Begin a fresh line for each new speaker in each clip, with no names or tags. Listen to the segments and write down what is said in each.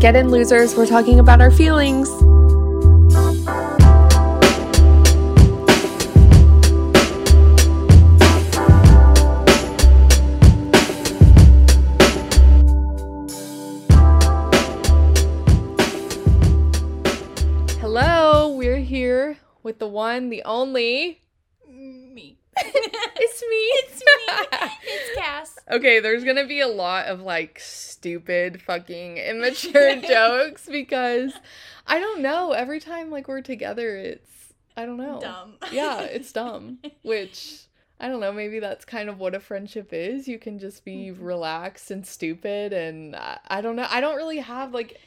Get in, losers. We're talking about our feelings. Hello, we're here with the one, the only.
Me.
It's me.
it's me. It's Cass.
Okay, there's gonna be a lot of like stupid, fucking immature jokes because I don't know. Every time like we're together, it's I don't know.
Dumb.
Oh. Yeah, it's dumb. Which I don't know. Maybe that's kind of what a friendship is. You can just be
Mhm.
relaxed and stupid, and uh, I don't know. I don't really have like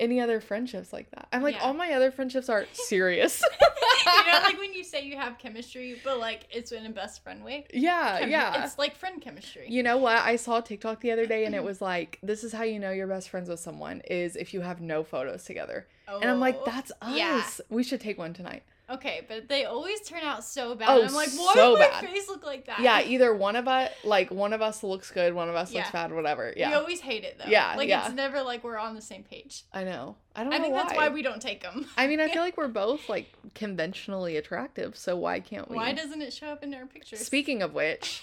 any other friendships like that. I'm like
Yeah.
all my other friendships are serious.
you know, like when you say you have chemistry, but like it's in a best friend way.
yeah,
Chemi-
yeah.
It's like friend chemistry.
You know what? I saw a TikTok the other day and it was like, this is how you know you're best friends with someone is if you have no photos together. And I'm like,
Oh.
that's us.
Yeah.
We should take one tonight.
Okay, but they always turn out so bad.
Oh,
I'm like, why
so
does my
bad.
face look like that?
Yeah, either one of us, like one of us looks good, one of us looks
Yeah.
bad, whatever.
We
Yeah.
always hate it though.
Yeah,
Like
yeah.
it's never like we're on the same page.
I know. I don't
I,
know
think
why.
that's why we don't take them.
I mean, I feel like we're both like conventionally attractive, so why can't we?
Why doesn't it show up in our pictures?
Speaking of which,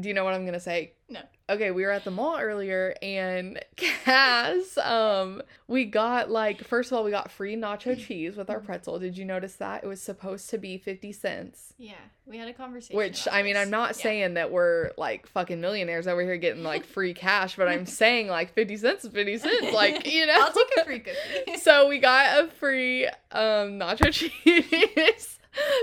do you know what I'm gonna say?
No.
Okay, we were at the mall earlier and Cass, um, we got like first of all, we got free
Mm-hmm.
nacho cheese with our pretzel. Did you notice that? It was supposed to be fifty cents.
Yeah, we had a conversation.
Which
about
I mean,
this.
I'm not
Yeah.
saying that we're like fucking millionaires over here getting like free cash, but I'm saying like fifty cents is fifty cents, like you know.
I'll take a free cookie.
So we got a free um nacho cheese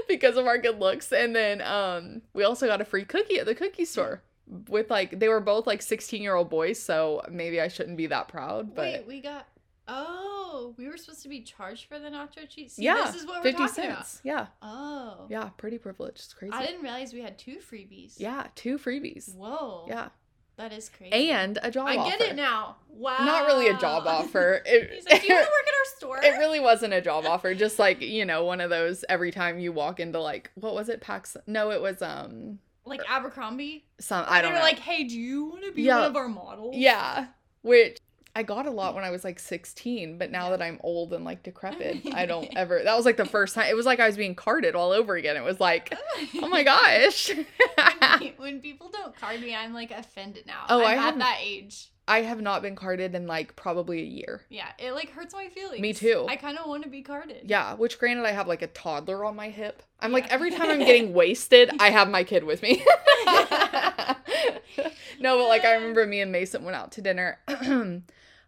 because of our good looks and then um we also got a free cookie at the cookie store with like they were both like 16 year old boys so maybe I shouldn't be that proud but
Wait, we got. Oh, we were supposed to be charged for the nacho cheese. See,
Yeah,
this is what we're
50
talking
cents yeah
about. Oh,
yeah pretty privileged it's crazy
I didn't realize we had two freebies.
yeah two freebies
Whoa.
yeah
That is crazy.
and a job
I get
offer.
it now. Wow.
not really a job offer it,
He's like, do you want to work at our store?
it really wasn't a job offer just like you know one of those every time you walk into like what was it Pax no it was um
like Abercrombie.
some I
they
don't
were
know
like, hey, do you want to be
Yeah.
one of our models?
Yeah. Which I got a lot when I was like 16, but now that I'm old and like decrepit, I don't ever. That was like the first time. It was like I was being carded all over again. It was like, oh my gosh.
When- when people don't card me, I'm like offended now.
Oh,
I'm
I
at
haven't-
that age.
I have not been carded in like probably a year.
Yeah, it like hurts my feelings.
Me too.
I kind of want to be carded.
Yeah, which granted, I have like a toddler on my hip. I'm like,
Yeah.
every time I'm getting wasted, I have my kid with me. no, but like I remember me and Mason went out to dinner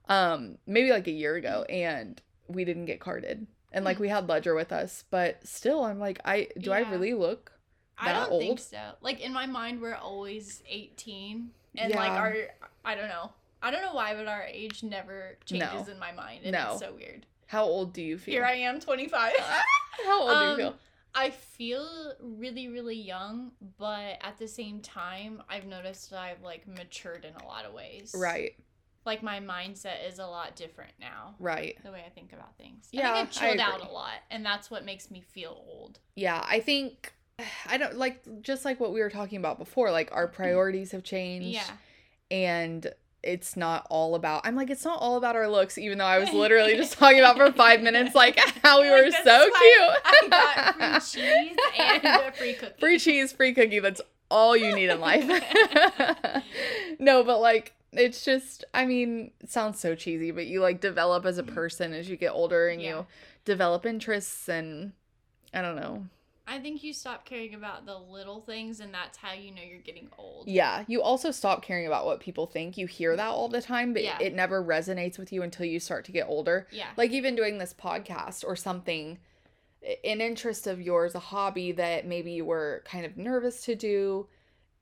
um maybe like a year ago and we didn't get carded. And like we had Ledger with us, but still I'm like I do I
Yeah.
really look
I
that
don't think
old?
so. Like in my mind, we're always eighteen, and like
Yeah.
our I don't know, I don't know why, but our age never changes in my mind, and
No.
it's so weird.
how old do you feel?
Here I am, twenty five.
how old do you
um,
feel?
I feel really, really young, but at the same time, I've noticed that I've like matured in a lot of ways.
Right,
Like my mindset is a lot different now.
right.
The way I think about things.
Yeah,
I think I've chilled
I
out
agree.
a lot, and that's what makes me feel old.
Yeah, I think I don't like just like what we were talking about before, like our priorities have changed.
Mm-hmm. Yeah.
and it's not all about I'm like it's not all about our looks even though I was literally just talking about for 5 minutes like how we
Like,
were
that's
so
why
cute.
I got free cheese and a free cookie.
Free cheese, free cookie, that's all you need in life. no, but like it's just I mean, it sounds so cheesy, but you like develop as a person as you get older and
Mm. Yeah.
you develop interests and I don't know.
I think you stop caring about the little things, and that's how you know you're getting old.
Yeah, you also stop caring about what people think. You hear that all the time, but
Yeah.
it never resonates with you until you start to get older.
Yeah.
like even doing this podcast or something an interest of yours a hobby that maybe you were kind of nervous to do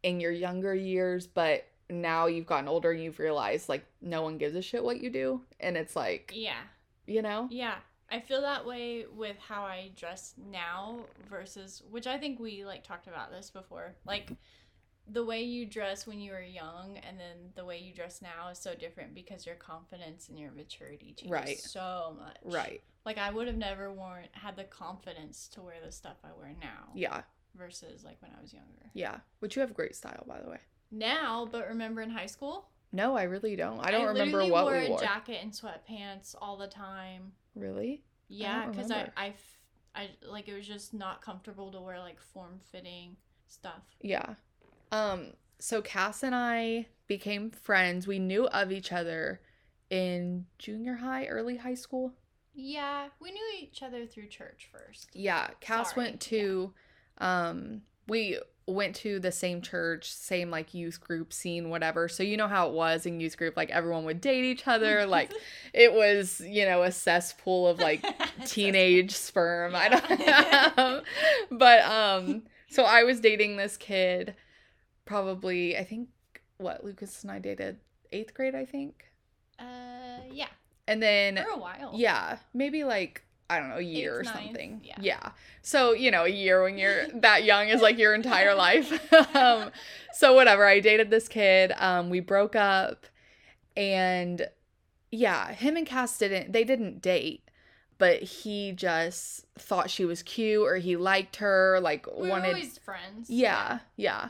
in your younger years but now you've gotten older and you've realized like no one gives a shit what you do and it's like
Yeah.
you know
Yeah. I feel that way with how I dress now versus, which I think we like talked about this before. Like the way you dress when you were young and then the way you dress now is so different because your confidence and your maturity changes
Right.
so much.
right
Like I would have never worn had the confidence to wear the stuff I wear now.
yeah
Versus like when I was younger.
yeah which you have great style by the way
Now, but remember in high school,
No, I really don't. I don't remember
literally
what
wore
we wore.
a jacket and sweatpants all the time.
really?
Yeah,
don't
because I,
remember.
I, f- I- like it was just not comfortable to wear like form fitting stuff.
Yeah. Um so Cass and I became friends. We knew of each other in junior high, early high school.
Yeah, we knew each other through church first.
Yeah, Cass
Sorry,
went to um we went to the same church, same like youth group scene, whatever. So you know how it was in youth group, like everyone would date each other, like it was, you know, a cesspool of like teenage sperm. I
Yeah.
don't know. but um so I was dating this kid probably I think what Lucas and I dated 8th grade I think.
Uh, yeah,
And then
for a while.
yeah, maybe like I don't know, a year
Oh. Eighth,
or
ninth,
something.
yeah.
So, you know, a year when you're that young is like your entire life. um so whatever, I dated this kid. Um we broke up and yeah, him and Cass didn't they didn't date, but he just thought she was cute or he liked her, like
we were
wanted
always friends.
yeah, yeah.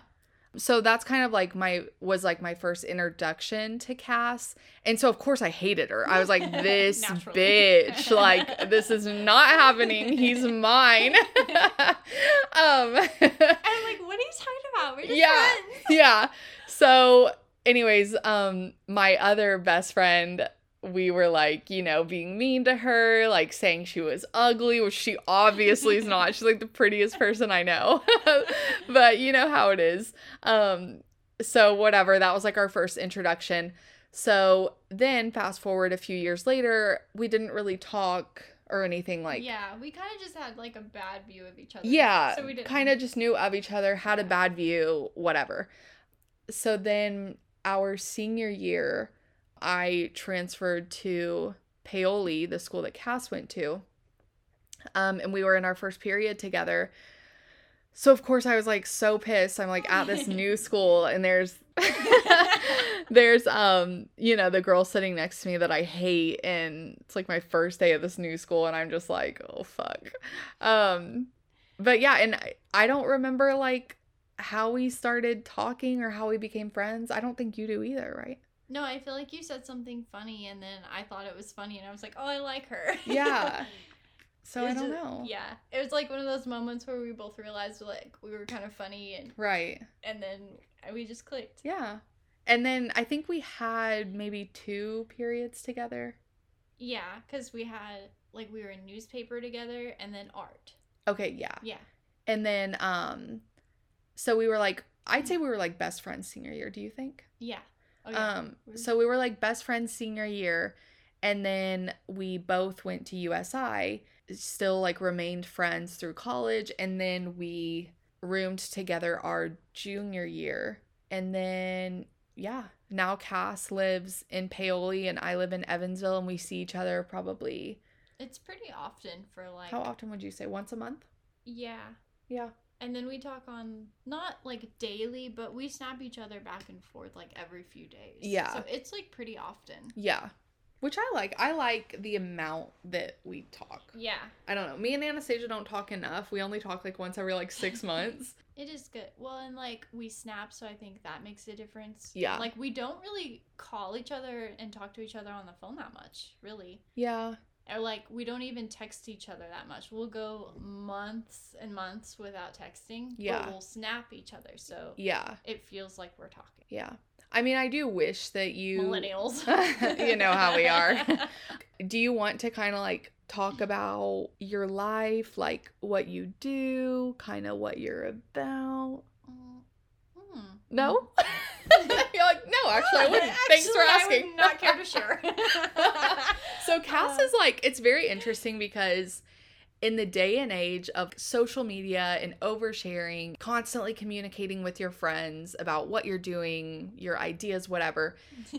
So that's kind of like my was like my first introduction to Cass. And so of course I hated her. I was like this
Naturally.
bitch, like this is not happening. He's mine. um
I'm like, what are you talking about? We're just
Yeah.
friends.
yeah. So, anyways, um, my other best friend, we were like, you know, being mean to her, like saying she was ugly, which she obviously is not. She's like the prettiest person I know. but you know how it is. Um, so whatever, that was like our first introduction. So then fast forward a few years later, we didn't really talk or anything like
yeah, we kind of just had like a bad view of each other.
yeah,
so we didn't
kind of just knew of each other, had a bad view, whatever. So then our senior year, I transferred to Paoli, the school that Cass went to. Um, and we were in our first period together. So of course I was like so pissed. I'm like at this new school and there's there's um you know the girl sitting next to me that I hate and it's like my first day at this new school and I'm just like oh fuck. Um but yeah and I, I don't remember like how we started talking or how we became friends. I don't think you do either, right?
No, I feel like you said something funny, and then I thought it was funny, and I was like, oh, I like her.
Yeah. So
It
I
was
don't
just-
know.
Yeah, it was like one of those moments where we both realized like we were kind of funny, and
Right.
and then we just clicked.
Yeah. And then I think we had maybe two periods together.
Yeah, because we had like we were in newspaper together, and then art.
Okay, yeah.
Yeah,
And then um so we were like I'd say we were like best friends senior year, do you think?
yeah. Oh, yeah.
Um
We were-
so we were like best friends senior year and then we both went to USI, still like remained friends through college and then we roomed together our junior year and then yeah, now Cass lives in Paoli and I live in Evansville and we see each other probably
it's pretty often for like
how often would you say once a month?
yeah.
Yeah.
And then we talk on not like daily, but we snap each other back and forth like every few days.
Yeah.
So it's like pretty often.
Yeah. Which I like. I like the amount that we talk.
Yeah.
I don't know. Me and Anastasia don't talk enough. We only talk like once every like six months.
It is good. Well, and like we snap, so I think that makes a difference.
Yeah.
Like we don't really call each other and talk to each other on the phone that much, really.
Yeah.
Or like we don't even text each other that much. We'll go months and months without texting.
Yeah.
But we'll snap each other, so
Yeah.
it feels like we're talking.
Yeah. I mean, I do wish that you.
Millennials.
You know how we are. Do you want to kind of like talk about your life, like what you do, kind of what you're about?
Mm. Hmm.
No? you're like, no, actually, I wouldn't. Thanks for
Mm. Actually,
asking.
I would not care to share.
So Cass
Uh,
is like it's very interesting because in the day and age of social media and oversharing, constantly communicating with your friends about what you're doing, your ideas, whatever,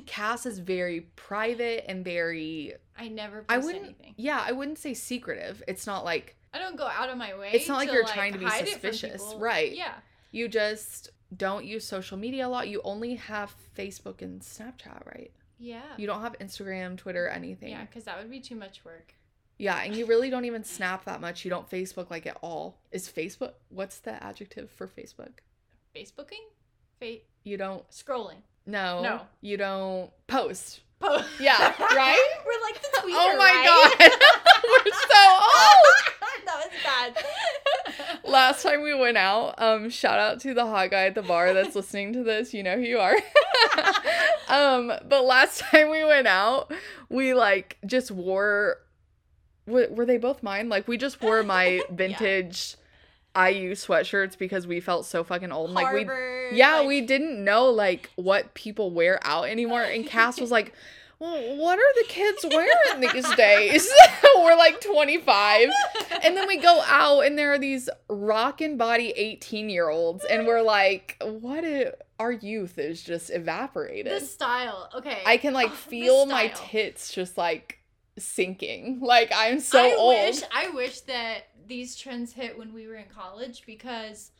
Cass is very private and very
I never post
I wouldn't
anything.
yeah, I wouldn't say secretive. It's not like
I don't go out of my way.
It's not like
to,
you're trying to be
hide it from
suspicious,
people.
right.
Yeah.
you just don't use social media a lot. You only have Facebook and Snapchat, right?
Yeah.
You don't have Instagram, Twitter, anything.
yeah, because that would be too much work.
Yeah, and you really don't even snap that much. You don't Facebook like at all. Is Facebook what's the adjective for Facebook?
Facebooking, Fa
You don't
scrolling.
No.
No.
You don't post.
Po-
Yeah, right?
We're like the tweeter.
oh my
right?
god. We're so old.
that was bad.
Last time we went out, um, shout out to the hot guy at the bar that's listening to this. You know who you are. um, but last time we went out, we like just wore. W- were they both mine? Like we just wore my vintage IU sweatshirts because we felt so fucking old. Like we
Harvard,
yeah,
like-
we didn't know like what people wear out anymore. And Cass was like, well, what are the kids wearing these days? We're like 25. And then we go out and there are these rockin' body 18 year olds. And we're like, what? i- our youth is just evaporated.
the style. Okay.
I can like
Oh, the
feel my
style.
tits just like sinking. Like I'm so
I
old.
Wish, I wish that these trends hit when we were in college because,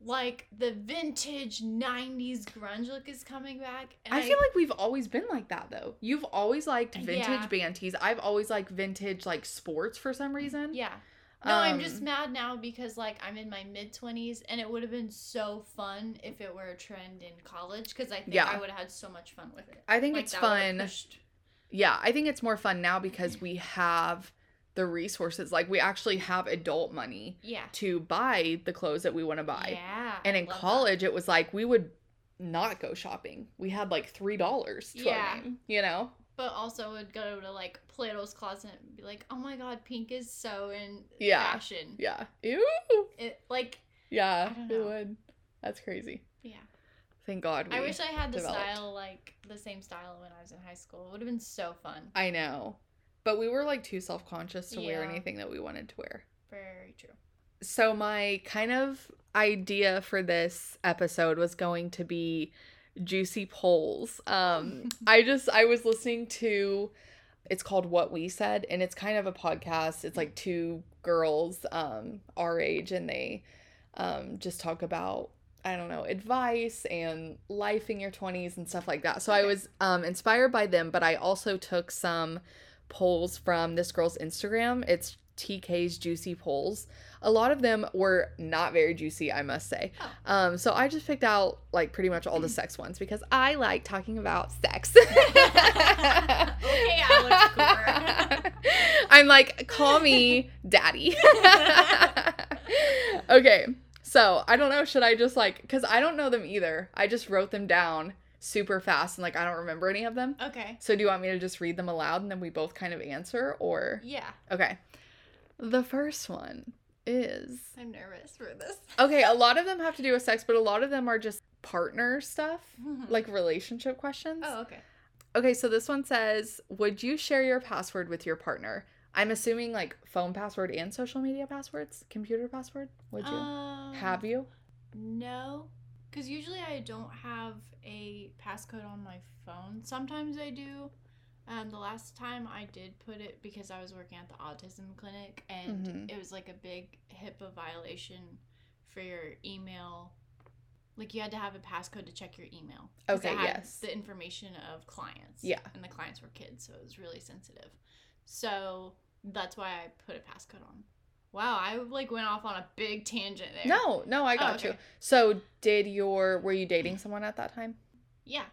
like, the vintage '90s grunge look is coming back. And
I feel like we've always been like that though. You've always liked vintage
Yeah.
band tees. I've always liked vintage like sports for some reason.
yeah. No, I'm just
Um,
mad now because like I'm in my mid 20s and it would have been so fun if it were a trend in college because I think
Yeah.
I would have had so much fun with it.
I think
Like,
it's
that would've
fun.
pushed-
Yeah, I think it's more fun now because we have the resources. Like we actually have adult money
Yeah.
to buy the clothes that we want to buy.
Yeah.
and
I
in
love that.
college it was like we would not go shopping. We had like three dollars to
Yeah.
our name, you know?
but also would go to like Plato's closet and be like, "Oh my god, pink is so in
Yeah.
fashion."
Yeah. Ew.
It like
Yeah.
I don't
It
know.
would. That's crazy.
yeah.
Thank God.
I
we-
wish I had the
developed.
style like the same style when I was in high school. It would have been so fun.
I know. But we were like too self conscious to wear
Yeah.
anything that we wanted to wear.
Very true.
So, my kind of idea for this episode was going to be juicy polls. Um, I just, I was listening to, it's called What We Said, and it's kind of a podcast. It's like two girls um, our age, and they um, just talk about, I don't know, advice and life in your 20s and stuff like that. So, I
Okay.
was um, inspired by them, but I also took some polls from this girl's Instagram. It's TK's Juicy Polls. A lot of them were not very juicy, I must say.
Oh.
Um, so I just picked out like pretty much all the sex ones because I like talking about sex.
okay, Alex Cooper.
I'm like, call me daddy. okay, so I don't know. Should I just like, because I don't know them either. I just wrote them down super fast and like I don't remember any of them.
okay.
So, do you want me to just read them aloud and then we both kind of answer? Or,
Yeah,
okay. The first one is
I'm nervous for this.
okay, a lot of them have to do with sex, but a lot of them are just partner stuff, like relationship questions.
Mm. Oh, okay.
Okay, so this one says Would you share your password with your partner? I'm assuming like phone password and social media passwords, computer password. Would you?
Um,
have you?
No, because usually I don't have a passcode on my phone. Sometimes I do. Um, the last time I did put it because I was working at the autism clinic and
Mhm.
it was like a big HIPAA violation for your email. Like you had to have a passcode to check your email. 'cause it
Okay,
had
yes.
The information of clients.
Yeah.
And the clients were kids, so it was really sensitive. So that's why I put a passcode on. Wow, I like went off on a big tangent there.
No, no, I
Oh,
got you.
okay.
So, did your, were you dating someone at that time?
Yeah.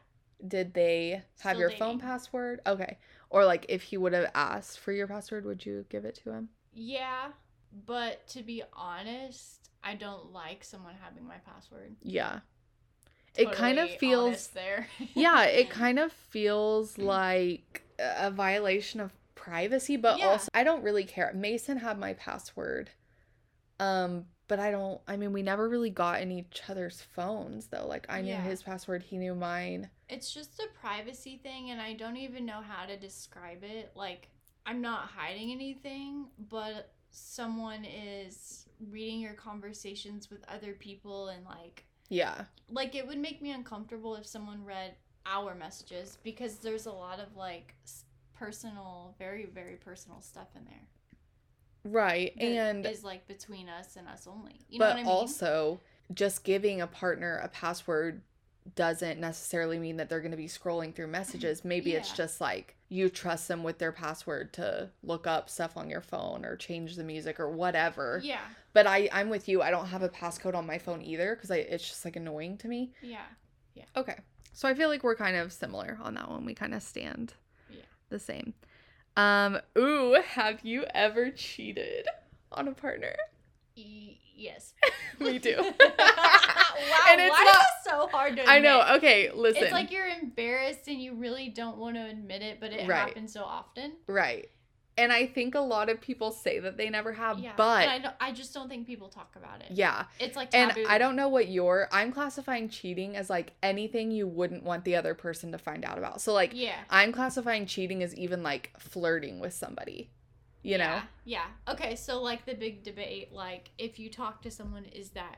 Did they have
Still
your phone
dating.
password? Okay. Or like if he would have asked for your password, would you give it to him?
Yeah, but to be honest, I don't like someone having my password.
Yeah. It kind of
Totally
feels-
honest there.
Yeah, it kind of feels like a violation of privacy, but
Yeah.
also I don't really care. Mason had my password. Um, but I don't I mean we never really got in each other's phones though. Like I knew
Yeah.
his password, he knew mine.
It's just a privacy thing, and I don't even know how to describe it. Like, I'm not hiding anything, but someone is reading your conversations with other people and like
Yeah.
like it would make me uncomfortable if someone read our messages because there's a lot of like s- personal very very personal stuff in there
Right.
that
and
is like between us and us only. You know
but
what I mean?
also just giving a partner a password doesn't necessarily mean that they're going to be scrolling through messages maybe it's
Yeah.
just like you trust them with their password to look up stuff on your phone or change the music or whatever
yeah,
but i i'm with you i don't have a passcode on my phone either because i it's just like annoying to me
yeah.
okay So I feel like we're kind of similar on that one. We kind of stand
Yeah.
the same. Um, ooh, have you ever cheated on a partner?
E- yes.
We do.
wow, and
it's
why
not-
is it so hard to
I know.
admit?
Okay, listen.
It's like you're embarrassed and you really don't want to admit it, but it
Right.
happens so often.
right. And I think a lot of people say that they never have,
Yeah.
Uh, but
and I, don't, I just don't think people talk about it.
yeah.
It's like
And
taboo.
I don't know what your I'm classifying cheating as like anything you wouldn't want the other person to find out about. So like
Yeah.
I'm classifying cheating as even like flirting with somebody. You know?
Yeah, yeah. Okay, so like the big debate, like if you talk to someone, is that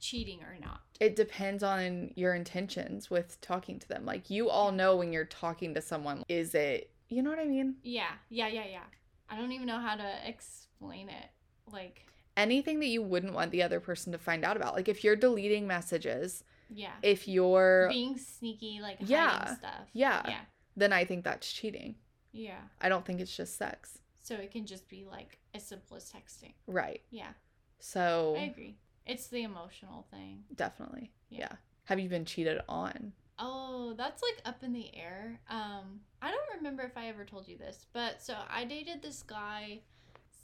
cheating or not?
It depends on your intentions with talking to them. Like you all know when you're talking to someone is it you know what I mean?
Yeah, yeah, yeah, yeah. I don't even know how to explain it. Like,
Anything that you wouldn't want the other person to find out about. Like if you're deleting messages,
yeah,
if you're
being sneaky, like
Yeah,
hiding stuff.
yeah.
yeah,
then I think that's cheating.
yeah.
I don't think it's just sex.
So it can just be like as simple as texting.
Right.
Yeah,
So
I agree. It's the emotional thing.
definitely.
Yeah.
yeah. Have you been cheated on?
Oh, that's like up in the air. Um, I don't remember if I ever told you this, but so I dated this guy.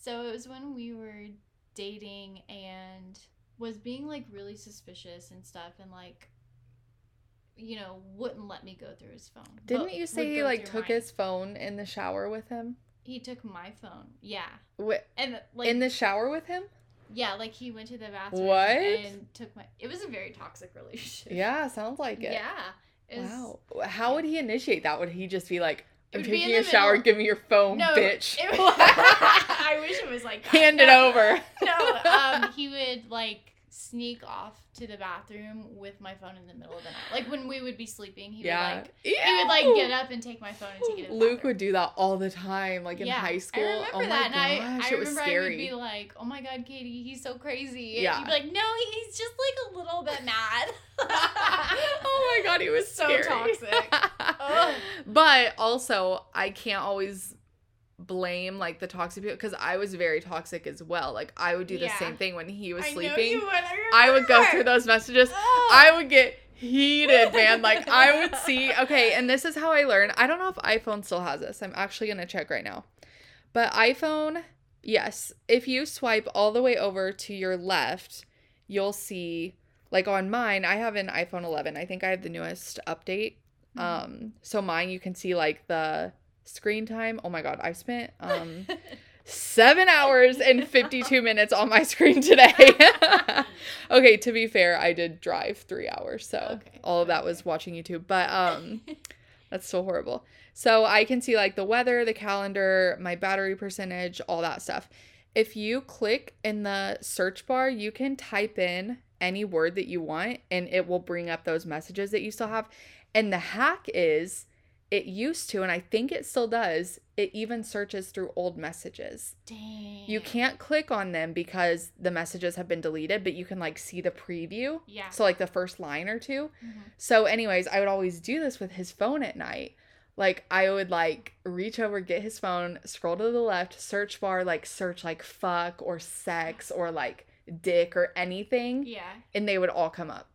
So it was when we were dating and was being like really suspicious and stuff and like you know, wouldn't let me go through his phone. but
Didn't you
would
say he
go
like
through
took
mine.
his phone in the shower with him?
He took my phone. Yeah.
Wi
And like
in the shower with him?
yeah, like he went to the bathroom
What?
and took my It was a very toxic relationship.
Yeah, sounds like it.
Yeah. It was-
Wow. How would he initiate that? Would he just be like,
It
"I'm
would be in
taking
the
a shower.
middle-
Give me your phone,
No,
bitch."
it- I wish it was like that.
Hand it
No.
over.
no, um, he would like sneak off to the bathroom with my phone in the middle of the night. Like when we would be sleeping, he
yeah.
would like he would like get
Ew.
up and take my phone and take it. To the
Luke
bathroom.
would do that all the time, like in
Yeah,
high school.
I remember
oh my
that,
gosh,
and I, I
it was
remember I would
scary.
be like, "Oh my god, Katie, he's so crazy." And
Yeah.
you'd be like, "No, he's just like a little bit mad."
oh my god, he was
So
scary.
toxic. Ugh.
but also, I can't always blame like the toxic people because I was very toxic as well. Like I would do the
Yeah.
same thing when he was
I know
sleeping.
you would.
I would go
remember. Oh.
through those messages.
Ugh.
I would get heated, man. Like I would see. Okay, and this is how I learned. I don't know if iPhone still has this. I'm actually gonna check right now. But iPhone, yes. If you swipe all the way over to your left, you'll see. Like on mine, I have an iPhone 11. I think I have the newest update. Um, so mine, you can see like the screen time. Oh my god, I've spent um seven hours and 52 minutes on my screen today. okay, to be fair, I did drive three hours, so
Okay,
all of that was watching YouTube, but um, that's so horrible. So I can see like the weather, the calendar, my battery percentage, all that stuff. If you click in the search bar, you can type in any word that you want and it will bring up those messages that you still have. And the hack is it used to, and I think it still does, it even searches through old messages.
Dang.
You can't click on them because the messages have been deleted, but you can like see the preview.
Yeah.
So, like the first line or two.
Mhm.
So, anyways, I would always do this with his phone at night. Like, I would like reach over, get his phone, scroll to the left, search bar, like search like fuck or sex or like dick or anything
Yeah.
and they would all come up.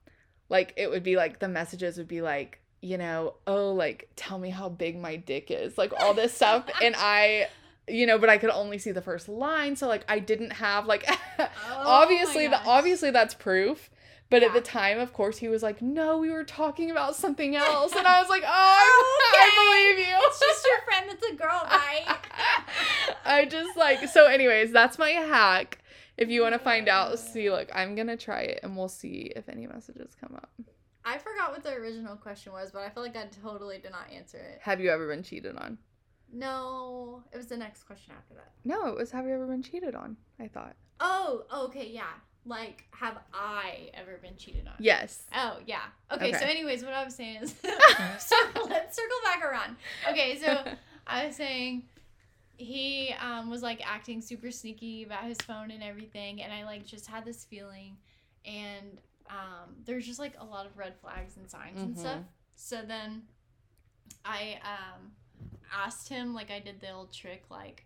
Like it would be like the messages would be like, you know, oh like tell me how big my dick is, like all this stuff and I you know, but I could only see the first line, so like I didn't have like
Oh
obviously
my
the
gosh.
obviously that's proof. But at
Yeah.
the time, of course, he was like, "No, we were talking about something else," and I was like, "Oh, I believe you."
It's just your friend that's a girl, right?
I just like so. Anyways, that's my hack. If you want to find out, see. Look, I'm gonna try it, and we'll see if any messages come up.
I forgot what the original question was, but I feel like I totally did not answer it.
Have you ever been cheated on?
No, it was the next question after that.
No, it was have you ever been cheated on? I thought
Oh, okay, yeah. Like, have I ever been cheated on?
yes.
Oh, yeah. Okay, so,
Okay.
anyways, what I was saying is. so, let's circle back around. Okay, so I was saying he um, was like acting super sneaky about his phone and everything, and I like just had this feeling, and um, there's just like a lot of red flags and signs and
Mhm.
stuff. So then I um, asked him, like I did the old trick, like.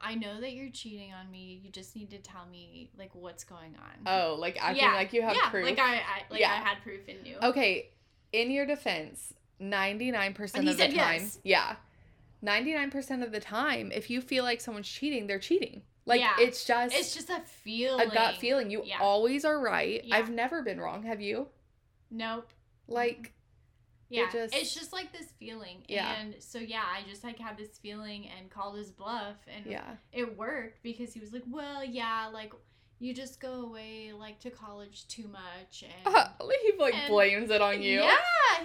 I know that you're cheating on me. You just need to tell me like what's going on.
oh, like acting
Yeah,
like you have
yeah,
proof.
like I, I like
Yeah.
I had proof and knew.
okay, in your defense, 99%
And he
of the
said
time,
yes.
yeah. 99% of the time, if you feel like someone's cheating, they're cheating. Like
Yeah.
it's just
It's just a feeling.
a gut feeling. You
Yeah.
always are right.
Yeah.
I've never been wrong, have you?
Nope.
Like
Yeah.
just-
it's just like this feeling.
Yeah.
And so yeah, I just like had this feeling and called his bluff and
yeah.
it worked because he was like, Well, yeah, like you just go away like to college too much and
he like
and-
blames it on you.
Yeah,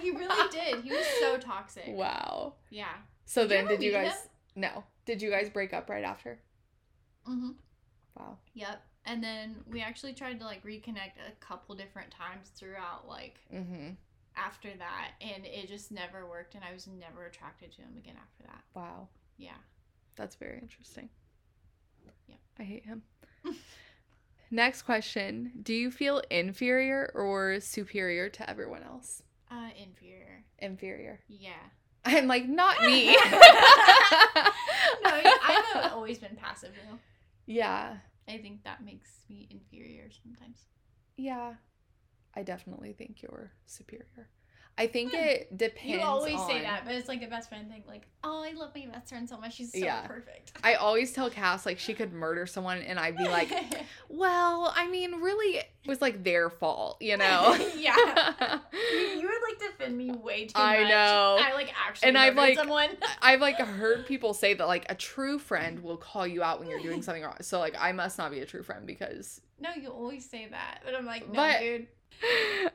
he really did. He was so toxic.
Wow.
Yeah.
So
Did you
then
ever
did you
meet
guys No. Did you guys break up right after?
Mm-hmm.
Wow.
Yep. And then we actually tried to like reconnect a couple different times throughout like
Mhm.
after that and it just never worked and I was never attracted to him again after that.
Wow.
Yeah.
That's very interesting.
Yeah.
I hate him. Next question. Do you feel inferior or superior to everyone else?
Uh inferior.
Inferior.
Yeah.
I'm like, not me.
No, I- I've always been passive though.
yeah.
I think that makes me inferior sometimes.
Yeah. I definitely think you're superior. I think
Hmm.
it depends.
You always say
on-
that, but it's like a best friend thing. Like, oh, I love my best friend so much. She's so
Yeah.
perfect.
I always tell Cass like she could murder someone and I'd be like, well, I mean, really it was like their fault, you know?
yeah. You, you would like defend me way too
I
much.
know.
I like actually
And
and
I've,
I've
like-
someone.
I've like heard people say that like a true friend will call you out when you're doing something wrong. So like I must not be a true friend because
No, you always say that, but I'm like, no,
But-
dude.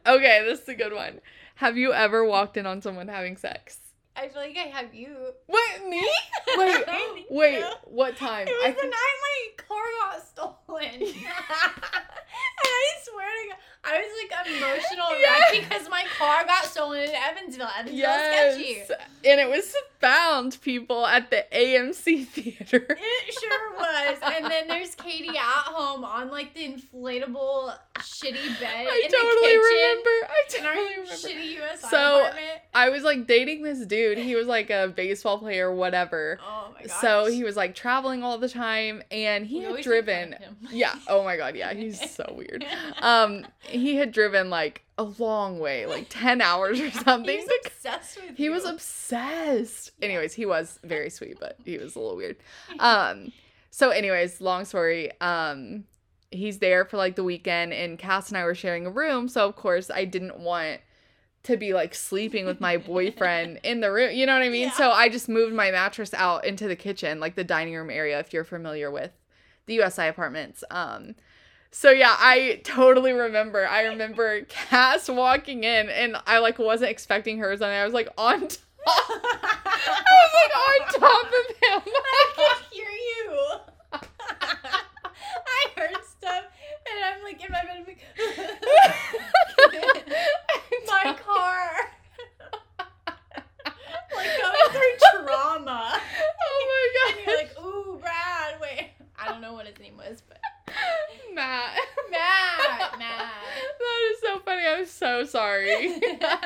Okay, this is a good one. Have you ever walked in on someone having sex?
I feel like I have you.
What me? Wait,
I think
wait,
so.
what time?
It was
I
the
think
night my car got stolen. and I swear to God, I was like emotional
Yes.
wreck because my car got stolen in Evansville. Evansville sketchy.
yes. And it was found people at the AMC theater.
It sure was. And then there's Katie at home on like the inflatable shitty bed
I
in
totally
the
remember. I
kitchen
totally
in our
remember.
shitty USI
So-
apartment.
I was like dating this dude. He was like a baseball player or whatever.
Oh my gosh.
so he was like traveling all the time and he
We
had
always make fun
driven
of him.
Yeah. Oh my god, yeah, he's so weird. Um he had driven like a long way, like 10 hours or something.
He's
bec-
obsessed with
Um, he was
you.
obsessed.
Yeah.
Anyways, he was very sweet, but he was a little weird. Um so anyways, long story. Um he's there for like the weekend and Cass and I were sharing a room, so of course I didn't want to be like sleeping with my boyfriend in the room. You know what I mean?
Yeah.
So I just moved my mattress out into the kitchen, like the dining room area, if you're familiar with the USI apartments. Um so yeah, I totally remember. I remember Cass walking in and I like wasn't expecting her and I was like on t- I was like on top of him.
I could hear you. I heard stuff, and I'm like in my bed, I'm like, my car. like going through trauma.
oh
And
my
you're
god.
like, ooh, Brad, wait. I don't know what his name was, but
Matt.
Matt,
That is so funny. I'm so sorry.
Matt.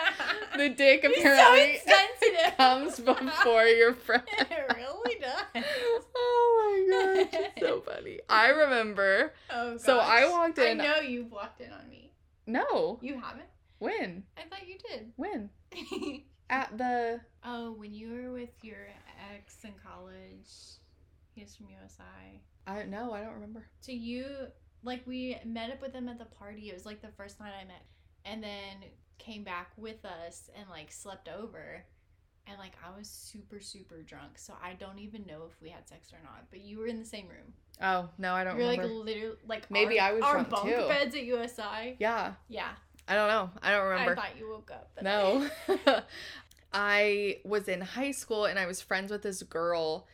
the dick
He's so
apparently
insensitive.
comes before your friend.
it really does.
Oh my gosh, it's so funny. I remember.
Oh,
So I
gosh.
walked in-
I know you've walked in on me.
No.
You haven't?
When?
I thought you did.
When? At the
oh, when you were with your ex in college, he was from USI.
I don't know, I don't remember.
So you like we met up with them at the party. It was like the first night I met, and then came back with us and like slept over, and like I was super super drunk. So I don't even know if we had sex or not. But you were in the same room.
Oh, no, I don't
You're like
remember.
literally like
Maybe
our,
I was
our
drunk,
bunk
too.
beds at USI.
yeah.
Yeah,
I don't know. I don't remember.
I thought you woke up. but-
No. I was in high school and I was friends with this girl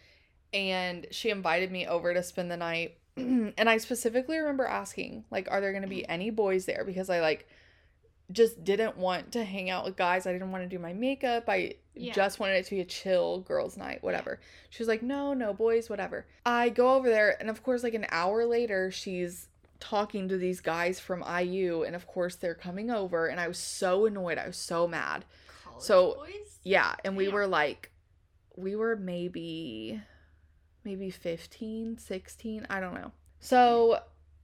and she invited me over to spend the night. and I specifically remember asking like are there going to be any boys there because I like just didn't want to hang out with guys. I didn't want to do my makeup. I
Yeah.
just wanted it to be a chill girls night, whatever. She was like, "No, no boys, whatever." I go over there and of course like an hour later she's talking to these guys from IU and of course they're coming over and I was so annoyed. I was so mad.
College
So-
boys?
Yeah, and we
Damn.
were like we were maybe maybe 15, 16, I don't know. So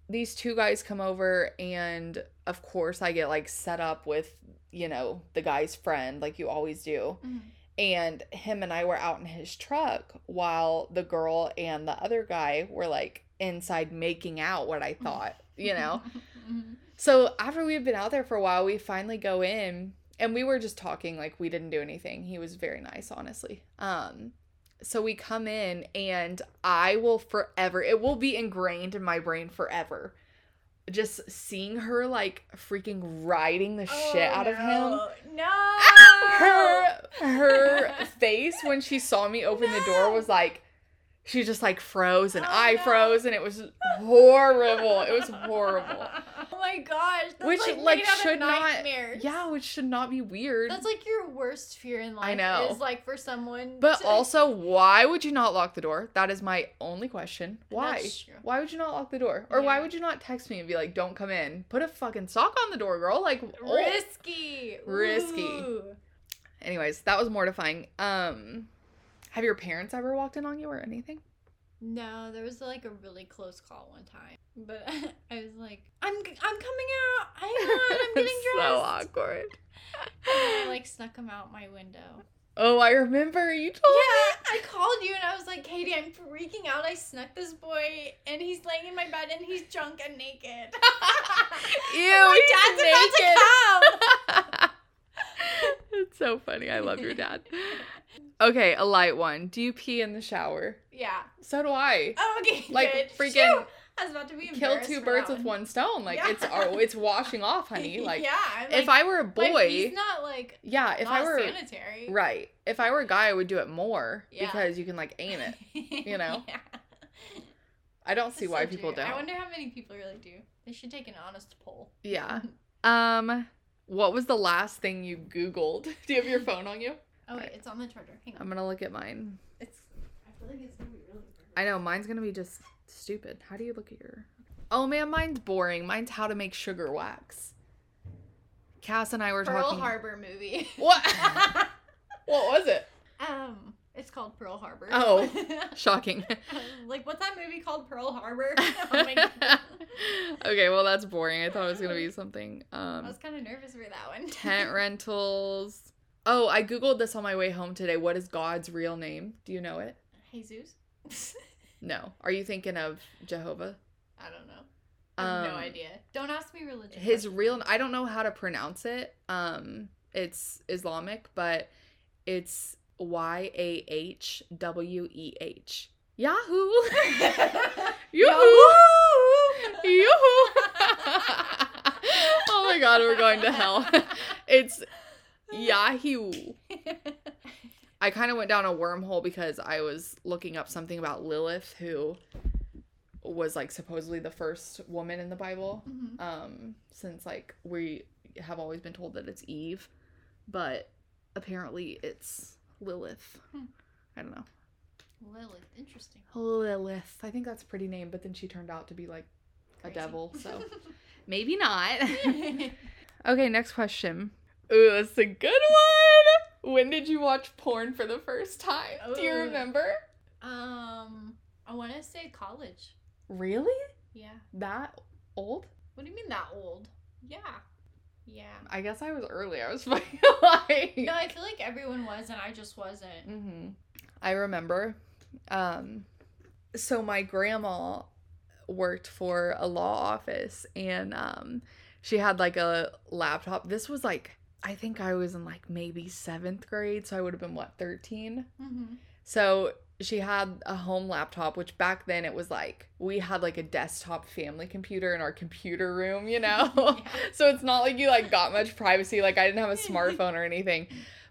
these two guys come over and of course I get like set up with you know, the guy's friend, like you always do.
Mm-hmm.
And him and I were out in his truck while the girl and the other guy were like inside making out what I thought, you know?
Mm-hmm.
So after we had been out there for a while, we finally go in and we were just talking like we didn't do anything. He was very nice, honestly. Um so we come in and I will forever it will be ingrained in my brain forever. Just seeing her like freaking riding the shit out of him.
Oh, No. Ah!
Her her face when she saw me open the door
No.
was like she just like froze and
Oh,
I
no.
froze and it was horrible. It was horrible.
Oh my gosh. That's
Which,
like,
like,
made out of
should not-
nightmares.
Yeah, which should not be weird.
That's like your worst fear in life.
I know.
Is like for someone.
But
to-
also, why would you not lock the door? That is my only question. Why?
That's true.
Why would you not lock the door? Or why
Yeah.
would you not text me and be like, "Don't come in. Put a fucking sock on the door, girl." Like, oh.
risky.
Risky.
Ooh.
anyways, that was mortifying. Um, have your parents ever walked in on you or anything?
No, there was like a really close call one time, but I was like, "I'm I'm coming out. Hang on, I'm getting
so
dressed."
awkward.
And I like snuck him out my window.
Oh, I remember you told.
Yeah, Oh I called you and I was like, Katie, I'm freaking out. I snuck this boy and he's laying in my bed and he's drunk and naked.
Ew,
my
he's
dad's
naked.
about to come.
it's so funny. I love your dad. Okay, a light one. Do you pee in the shower?
Yeah.
So do I.
Oh, okay.
Like
good.
freaking
Phew. I was about to be
kill
embarrassed
two
for
birds
that
with one stone. Like it's oh, it's washing off, honey. Like
yeah, I'm
if
like,
I were a
my
boy,
pee's not like
yeah, if
not
I were
sanitary,
right, if I were a guy, I would do it more
Yeah.
because you can like aim it. you know?
yeah.
I don't see
That's
why
so
people
true.
don't.
I wonder how many people really do. They should take an honest poll.
yeah. Um, what was the last thing you Googled? Do you have your phone on you?
Oh wait,
Right. Um,
it's on the charger. Hang on.
I'm gonna look at mine.
It's. I feel like it's gonna be really.
I know mine's gonna be just stupid. How do you look at your? Oh man, mine's boring. Mine's how to make sugar wax. Cass and I were
Pearl
talking.
Harbor movie.
What? what was it?
um, it's called Pearl Harbor.
Oh. Shocking.
like what's that movie called? Pearl Harbor. oh my god.
okay, well that's boring. I thought it was gonna be something.
I
Um,
was kind of nervous for that one.
tent rentals. Oh, I googled this on my way home today. What is God's real name? Do you know it?
Jesus.
No. Are you thinking of Jehovah?
I don't know. I have no
Um,
idea. Don't ask me religion.
His Oh
questions.
real. I don't know how to pronounce it. Um, it's Islamic, but it's Y A H W E H. Yahoo! Yoo-hoo! Yoo-hoo! oh my god, we're going to hell. It's Yahoo.
Mm-hmm.
I kind of went down a wormhole because I was looking up something about Lilith, who was like supposedly the first woman in the Bible.
Mhm.
Um, since like we have always been told that it's Eve, but apparently it's Lilith.
Hmm.
I don't know.
Lilith, interesting.
Lilith. I think that's a pretty name, but then she turned out to be like a
Crazy.
devil, so maybe not. okay, next question. Ooh, that's a good one. When did you watch porn for the first time? Do you
Ooh.
remember?
um, I want to say college.
Really?
Yeah.
That old?
What do you mean that old? Yeah. Yeah.
I guess I was early. I was fucking like.
No, I feel like everyone was, and I just wasn't.
Mm-hmm. I remember. Um, so my grandma worked for a law office, and um, she had like a laptop. This was like I think I was in like maybe seventh grade, so I would have been what thirteen.
Mm-hmm.
So she had a home laptop, which back then it was like we had like a desktop family computer in our computer room, you know. So it's not like you like got much privacy. Like I didn't have a smartphone or anything.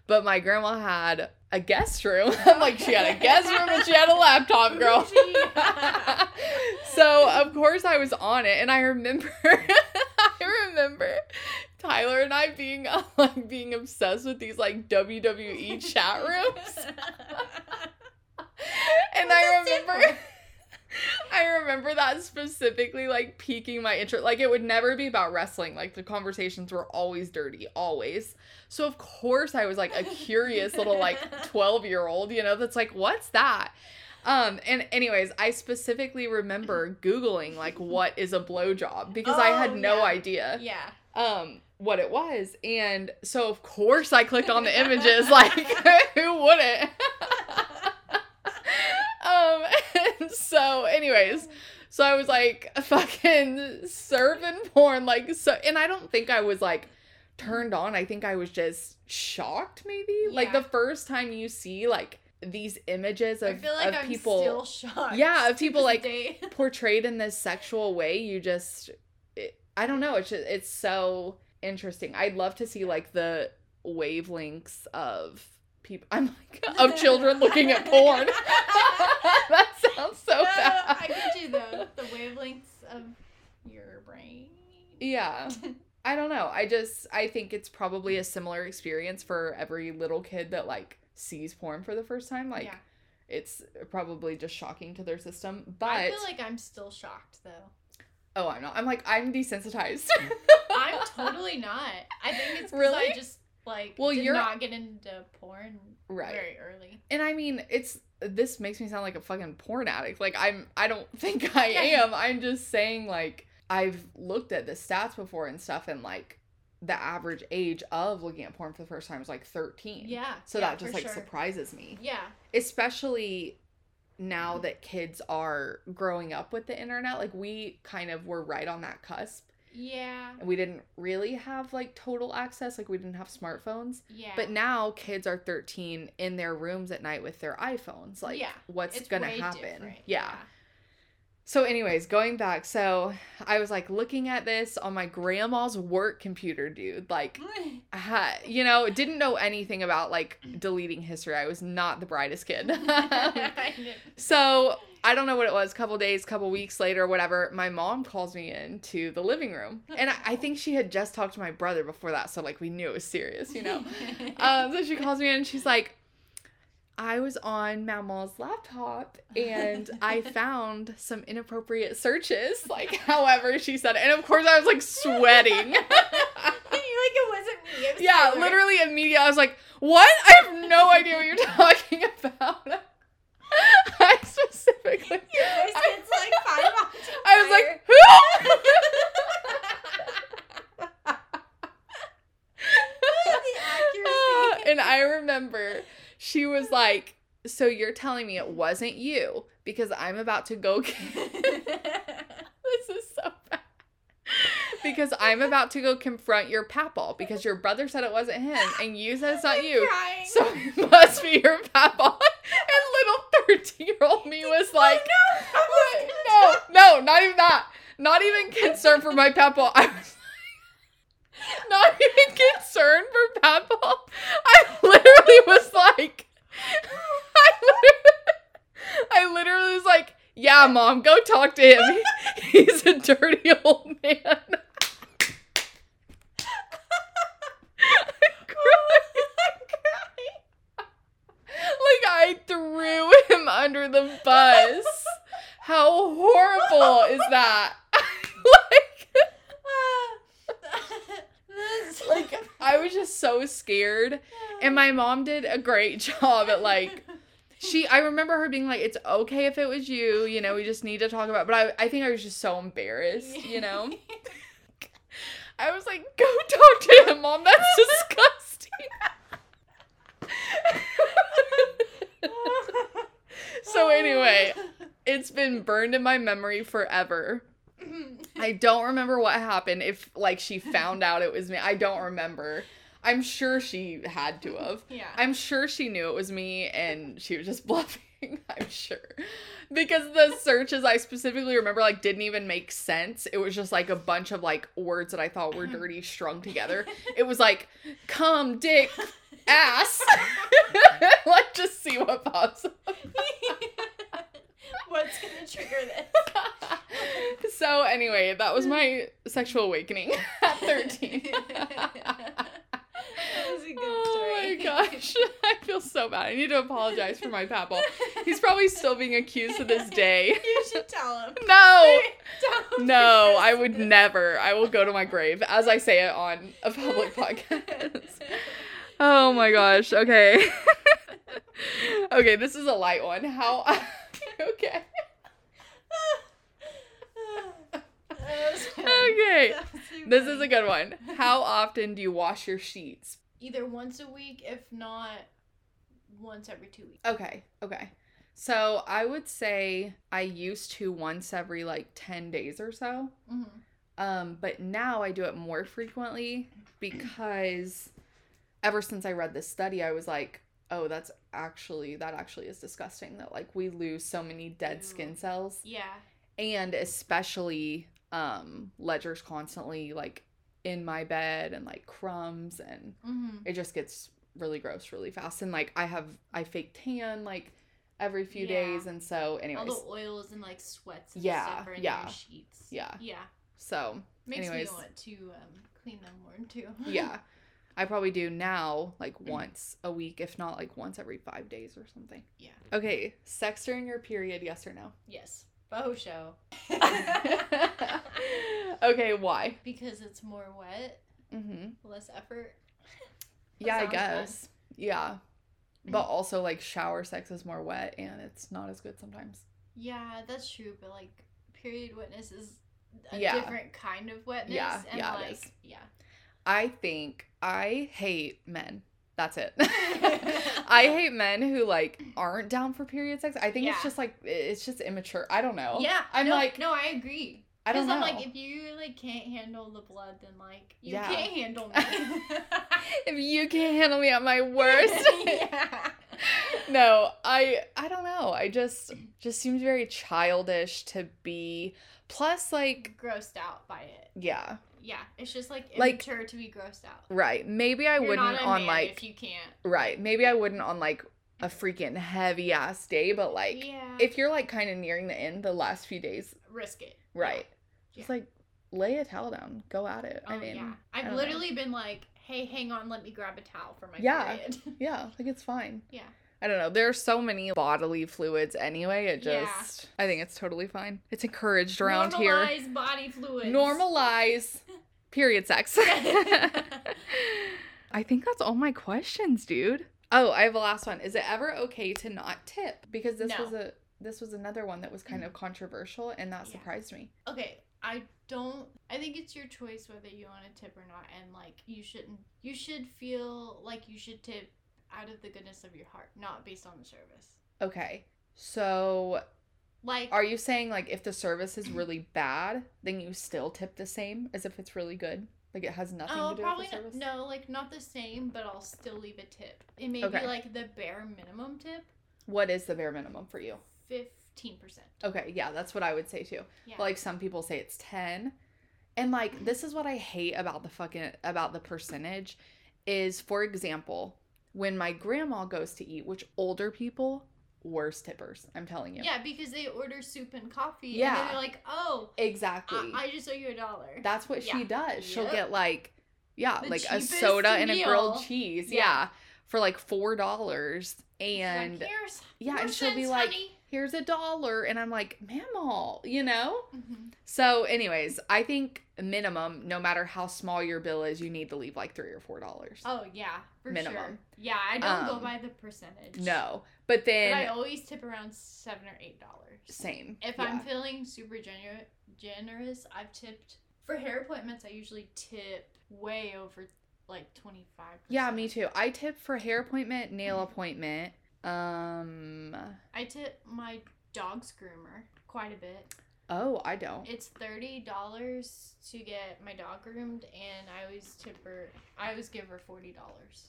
But my grandma had a guest room. I'm like she had a guest room and she had a laptop, girl. so of course I was on it and I remember I remember Tyler and I being like being obsessed with these like WWE chat rooms. And
What's
I
that stand
remember I remember that specifically like piquing my interest. Like it would never be about wrestling. Like the conversations were always dirty, always. So of course I was like a curious little like 12-year-old, you know, that's like, what's that? Um, and anyways, I specifically remember Googling like what is a blowjob because I
Oh,
had no
yeah.
idea.
yeah.
Um, what it was. And so, of course, I clicked on the images. Like, who wouldn't? um, and so, anyways, so I was like fucking surfing porn. Like, so, and I don't think I was like turned on. I think I was just shocked, maybe. Like,
Yeah.
the first time you see like these images of,
I feel like
of
I'm
people
still shocked.
Yeah, of
to
people,
this
like-
day.
portrayed in this sexual way you just it, i don't know it's just, it's so interesting i'd love to see like the wavelengths of people i'm like of children looking at porn that sounds so
No,
bad
I get you though. The wavelengths of your brain.
yeah i don't know i just i think it's probably a similar experience for every little kid that like sees porn for the first time like
Yeah.
it's probably just shocking to their system but
I feel like I'm still shocked though.
oh i'm not i'm like i'm desensitized
I'm totally not. I think it's because
Really?
I just like
Well,
did
you're-
not get into porn
right
very early.
And I mean, it's this makes me sound like a fucking porn addict. Like I'm I don't think I
Yeah.
am. I'm just saying like I've looked at the stats before and stuff and like the average age of looking at porn for the first time is like 13.
Yeah.
So
yeah,
that just
for
like
sure.
surprises me.
Yeah.
Especially now that kids are growing up with the internet, like we kind of were right on that cusp.
Yeah.
We didn't really have like total access, like we didn't have smartphones.
Yeah.
But now kids are 13 in their rooms at night with their iPhones. Like,
Yeah,
what's going to
way
happen?
different,
Yeah. So, anyways, going back. So, I was like looking at this on my grandma's work computer, dude. Like,
yeah.
I ha- you know, didn't know anything about like deleting history. I was not the brightest kid. so, I don't know what it was, couple days, couple weeks later, whatever. My mom calls me into the living room. And I, I think she had just talked to my brother before that. So, like, we knew it was serious, you know? um, so she calls me in and she's like, I was on Mammal's laptop and I found some inappropriate searches, like however she said it. And of course I was like sweating.
like it wasn't me. It was
yeah,
Tyler.
literally immediately I was like, What? I have no idea what you're talking about. I specifically
Your voice gets, like five octaves
I was
higher.
like, Who?
the accuracy.
and I remember she was like, So you're telling me it wasn't you because I'm about to go get this is so bad. Because I'm about to go confront your papal because your brother said it wasn't him and you said it's not you.
Crying.
So it must be your papal. And little 13 year old me was like,
no,
No, no, not even that. Not even concerned for my papal. I was like, not even concerned for papal. I literally was like, I literally, I literally was like, yeah, mom, go talk to him. He's a dirty old man. Like I threw him under the bus. How horrible is that? like
This-
Like, I was just so scared and my mom did a great job at like she I remember her being like it's okay if it was you, you know, we just need to talk about but I I think I was just so embarrassed, you know. I was like, "Go talk to him, mom. That's disgusting." so anyway, it's been burned in my memory forever. I don't remember what happened if like she found out it was me. I don't remember. I'm sure she had to have.
yeah.
I'm sure she knew it was me and she was just bluffing, I'm sure. Because the searches I specifically remember like didn't even make sense. It was just like a bunch of like words that I thought were dirty strung together. It was like come dick ass. like just see what pops up.
What's gonna trigger this?
so anyway, that was my sexual awakening at 13.
that was a good
oh
story.
my gosh. I feel so bad. I need to apologize for my papal. He's probably still being accused to this day.
You should tell him.
No.
Tell him
No,
this.
I would never. I will go to my grave as I say it on a public podcast. Oh my gosh. Okay. okay, this is a light one. How okay. Okay.
That was too
This
funny.
is a good one. How often do you wash your sheets?
Either once a week, if not once every two weeks.
Okay, okay. So I would say I used to once every like 10 days or so.
Mhm.
Um, but now I do it more frequently because ever since I read this study, I was like, oh, that's actually, that actually is disgusting that like we lose so many dead
Ew.
skin cells.
Yeah.
and especially um ledgers constantly like in my bed and like crumbs and
hmm
it just gets really gross really fast and like i have i fake tan like every few
Yeah.
days and so anyways
All the oils and like sweats and
Yeah,
stuff are in
yeah,
their sheets.
yeah.
Yeah.
so
Makes
Anyways.
me want to um, clean them more too.
yeah i probably do now like
Mm.
once a week if not like once every five days or something
Yeah.
okay sex during your period yes or no
Yes. Boho show.
okay why
because it's more wet,
mm-hmm
less effort. That
yeah i
sounds fun. Mm.
guess yeah but also like shower sex is more wet and it's not as good sometimes
Yeah, that's true. But like period wetness is a
Yeah.
different kind of wetness.
Yeah,
and
yeah, it
like,
is.
Yeah.
i think i hate men that's it i hate men who like aren't down for period sex i think it's
Yeah.
just like it's just immature i don't know
Yeah.
Oh. i'm
no,
like
no, I agree.
i don't
Because
know
I'm like,
if,
if you like can't handle the blood, then like you
Yeah.
can't handle me.
you can't handle me at my worst
yeah.
no i i don't know i just just seems very childish to be plus like
Grossed out by it.
yeah
Yeah, it's just like
Like-
immature to be grossed out.
right maybe i
You're
wouldn't
not a
on
man
like
if you can't.
Right. Maybe I wouldn't on like a freaking heavy ass day, but like
yeah.
if you're like kind of nearing the end, the last few days,
risk it.
right?
Yeah.
Just like lay a towel down, go at it.
Oh
I mean,
yeah.
yeah.
I've
don't know.
literally been like, hey, hang on, let me grab a towel for my
Yeah.
period.
like it's fine.
yeah.
I don't know. There are so many bodily fluids anyway. It
Yeah.
just, I think it's totally fine. It's encouraged around here.
Normalize body fluids.
Normalize period sex. I think that's all my questions, dude. Oh, I have a last one. Is it ever okay to not tip? Because this
No. Mm.
was a this was another one that was kind of controversial and that
Yeah.
surprised me.
okay. I don't I think it's your choice whether you want to tip or not and like you shouldn't you should feel like you should tip out of the goodness of your heart, not based on the service.
Okay. So,
Like
are you saying like if the service is really bad, then you still tip the same as if it's really good? Like it has nothing
Oh,
to do
probably
with the service?
not, no, like not the same, but I'll still leave a tip. It may
Okay.
be like the bare minimum tip,
What is the bare minimum for you?
fifteen percent.
Okay, yeah, that's what I would say too.
Yeah.
But, like some people say it's 10 and like this is what i hate about the fucking about the percentage is for example when my grandma goes to eat which older people worse tippers i'm telling you
yeah, because they order soup and coffee. and
Yeah.
then they're like, oh,
exactly
I, I just owe you a dollar.
that's what she does she'll
Yep.
get like yeah
The
like a
cheapest
soda and a grilled
meal.
cheese yeah,
Yeah.
for like four dollars
She's like,
and
here's
yeah
four
and she'll be
cents,
like
honey.
here's a dollar and i'm like mammal you know
Mhm.
So, anyways, I think minimum, no matter how small your bill is, you need to leave like three or four dollars.
oh yeah, for
Minimum.
sure. Yeah, I don't
Um,
go by the percentage.
No, but
but
then
I always tip around seven or eight dollars.
same.
If
yeah.
I'm feeling super gener- generous, I've tipped for hair appointments. I usually tip way over like twenty five.
yeah, me too. I tip for hair appointment, nail appointment. Um,
I tip my dog's groomer quite a bit.
oh, I don't.
It's thirty dollars to get my dog groomed, and I always tip her. I always give her forty dollars.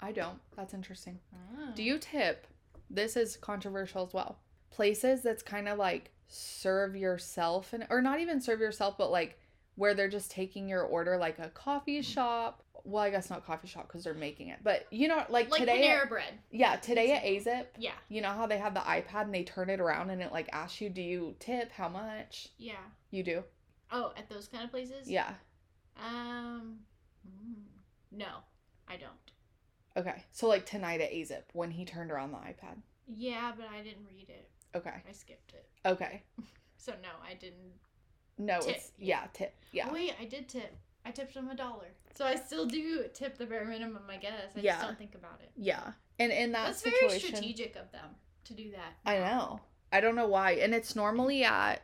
I don't. That's interesting.
Ah.
Do you tip? This is controversial as well. Places that's kind of like serve yourself and or not even serve yourself, but like where they're just taking your order, like a coffee shop. Well, I guess not coffee shop because they're making it, but you know, like,
like
today,
Panera Bread?
yeah, today at AZIP,
Yeah,
you know how they have the iPad and they turn it around and it like asks you, do you tip? How much?
yeah.
You do?
Oh, at those kind of places.
Yeah.
Um, mm, no, I don't.
Okay. So like tonight at AZIP when he turned around the iPad.
Yeah, but I didn't read it.
Okay.
I skipped it.
Okay.
So no, I didn't.
No,
Tip.
it's yeah, tip. Yeah.
Wait, I did tip. I tipped him a dollar. So I still do tip the bare minimum, I guess. I
Yeah.
just don't think about it.
Yeah. And in that
That's
situation,
very strategic of them to do that.
I know. I don't know why. And it's normally at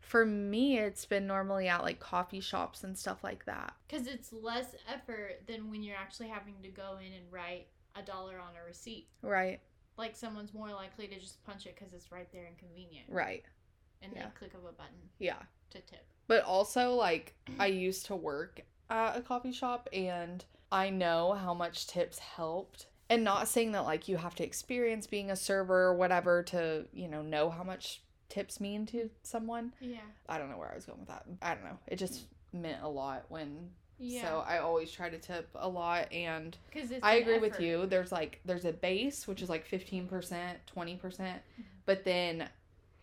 For me, it's been normally at like coffee shops and stuff like that.
Because it's less effort than when you're actually having to go in and write a dollar on a receipt.
Right.
Like someone's more likely to just punch it because it's right there and convenient,
Right.
and
yeah.
then click of a button
Yeah.
to tip.
But also, like, I used to work at a coffee shop and I know how much tips helped. And not saying that, like, you have to experience being a server or whatever to, you know, know how much tips mean to someone.
Yeah.
I don't know where I was going with that. I don't know. It just meant a lot when. So
Yeah.
I always try to tip a lot. And
Because it's.
I
an
agree with
effort.
you. There's like there's a base which is like 15%, 20%,
Mm-hmm.
but then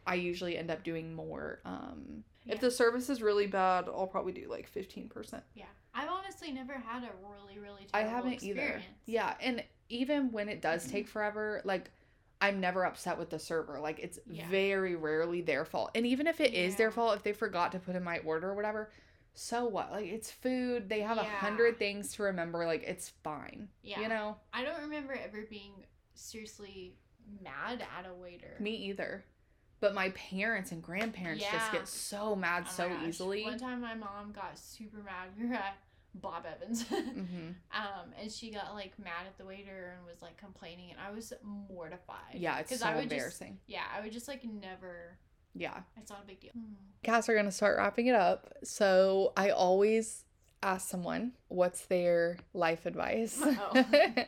I usually end up doing more um
Yeah.
if the service is really bad, I'll probably do like 15%.
Yeah. I've honestly never had a really, really
I
terrible
haven't either.
experience. Mm-hmm.
Yeah, and even when it does take forever, like I'm never upset with the server. Like it's
Yeah.
very rarely their fault. And even if it is their
Yeah.
fault, if they forgot to put in my order or whatever, so what? Like it's food. They have a
Yeah.
hundred things to remember. Like it's fine.
Yeah.
You know?
I don't remember ever being seriously mad at a waiter.
Me either. But my parents and grandparents just
Yeah.
get so mad
Oh
so
my gosh.
easily.
One time my mom got super mad. We were at Bob Evans.
hmm
um, and she got like mad at the waiter and was like complaining and I was mortified.
Yeah, it's
'Cause
so
I would just
embarrassing.
yeah, I would just like never
Yeah.
it's not a big deal. Hmm.
Cass are going to start wrapping it up. So I always ask someone what's their life advice.
Oh.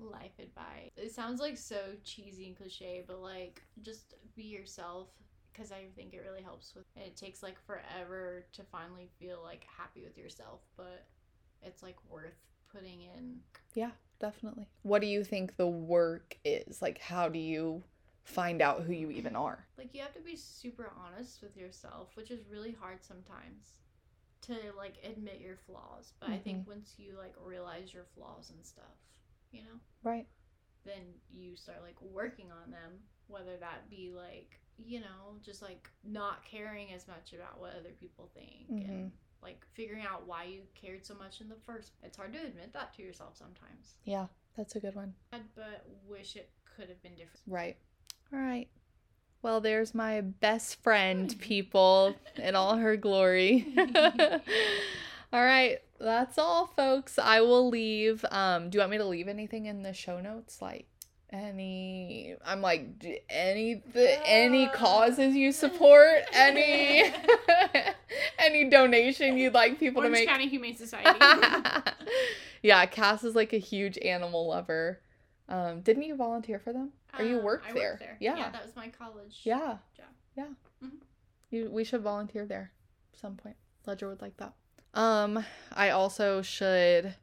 Life advice. It sounds like so cheesy and cliche, but like just be yourself because I think it really helps with it takes like forever to finally feel like happy with yourself, but it's like worth putting in
Definitely. What do you think the work is? Like, how do you find out who you even are?
like you have to be super honest with yourself which is really hard sometimes to like admit your flaws but i
Mm-hmm.
think once you like realize your flaws and stuff you know
Right.
then you start like working on them whether that be like you know just like not caring as much about what other people think
Mm-hmm.
and like figuring out why you cared so much in the first it's hard to admit that to yourself sometimes
Yeah, that's a good one.
but wish it could have been different
Right. All right. Well, there's my best friend, people, in all her glory. all right. That's all, folks. I will leave. Um, do you want me to leave anything in the show notes? Like any, I'm like, d- any, th- any
Uh.
causes you support? Any, any donation you'd like people to
Orange
make?
County Humane Society.
yeah, Cass is like a huge animal lover. Um, didn't you volunteer for them? Or you
Um,
work
I worked
there? Yeah.
Yeah, that was my college.
Yeah.
job.
Yeah.
Mhm.
You, we should volunteer there at some point. Ledger would like that. Um, I also should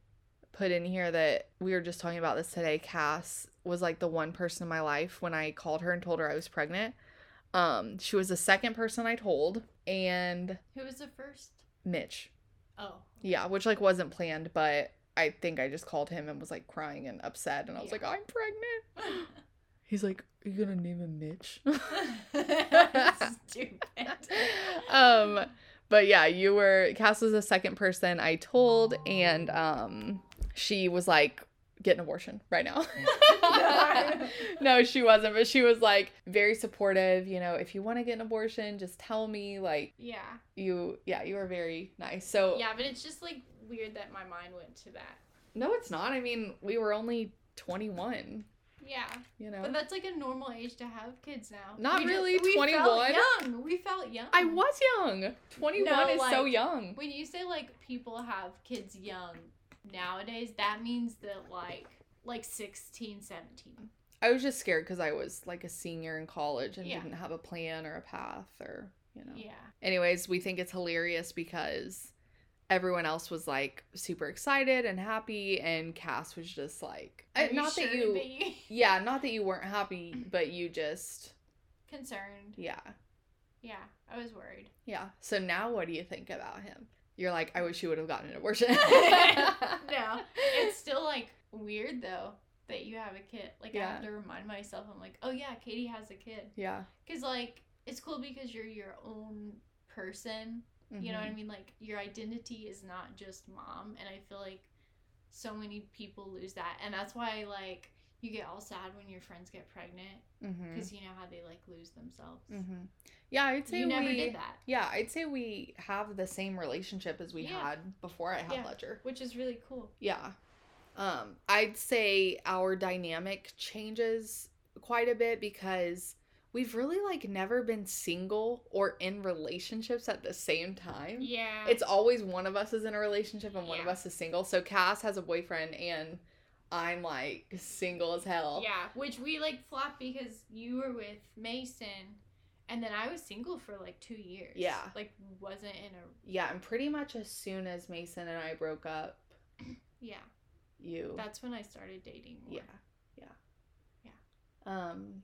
put in here that we were just talking about this today. Cass was like the one person in my life when I called her and told her I was pregnant. Um, she was the second person I told, and
Who was the first?
Mitch.
Oh.
Yeah, which like wasn't planned, but I think I just called him and was like crying and upset, and I was
Yeah.
like, I'm pregnant. He's like, Are you gonna name him Mitch?
Stupid.
Um, but yeah, you were Cass was the second person I told, and um, she was like, get an abortion right now. no, she wasn't, but she was like very supportive. You know, if you want to get an abortion, just tell me. Like
Yeah.
you, yeah, you were very nice. So
Yeah, but it's just like weird that my mind went to that.
no, it's not. I mean, we were only twenty one.
Yeah.
You know,
But that's like a normal age to have kids now.
Not
ju-
really,
We
21?
felt young. We felt young.
I was young. Twenty one
No,
is so
like-
young.
When you say like people have kids young nowadays, that means that like like 16, 17.
I was just scared because I was like a senior in college and
Yeah.
didn't have a plan or a path or, you know.
Yeah.
Anyways, we think it's hilarious because everyone else was like super excited and happy, and Cass was just like,
Are
I- not
sure
that you,
be
yeah, not that you weren't happy, but you just,
concerned.
yeah,
Yeah, I was worried.
yeah. So now what do you think about him? You're like, I wish you would have gotten an abortion.
No, it's still like weird though that you have a kid. Like I have to remind myself, I'm like, oh yeah, Katie has a kid.
Yeah.
Cause like it's cool because you're your own person. You know
Mhm.
what I mean? Like your identity is not just mom, and I feel like so many people lose that, and that's why like you get all sad when your friends get pregnant
Mm-hmm.
because you know how they like lose themselves.
Mm-hmm. Yeah, I'd say
You never
we,
did that,
Yeah, I'd say we have the same relationship as we
Yeah.
had before I had
Yeah.
Ledger.
which is really cool.
Yeah. Um, I'd say our dynamic changes quite a bit because we've really like never been single or in relationships at the same time.
Yeah,
Mm-hmm. It's always one of us is in a relationship and one of
Yeah.
us is single. So Cass has a boyfriend and I'm like single as hell.
yeah, which we like flop because you were with Mason, and then I was single for like two years.
Yeah.
like wasn't in a
Yeah, and pretty much as soon as Mason and I broke up,
yeah.
you
That's when I started dating. More.
Yeah. Yeah. Yeah. Um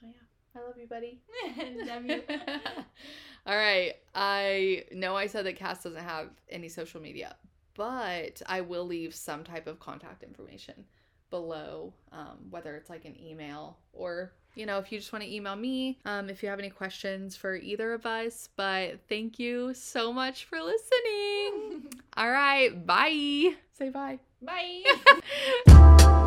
so yeah. I love you, buddy.
Love you.
All right. I know I said that Cass doesn't have any social media, but I will leave some type of contact information below, um, whether it's like an email or, you know, if you just want to email me um, if you have any questions for either of us. But thank you so much for listening. All right. Bye. Say bye.
Bye.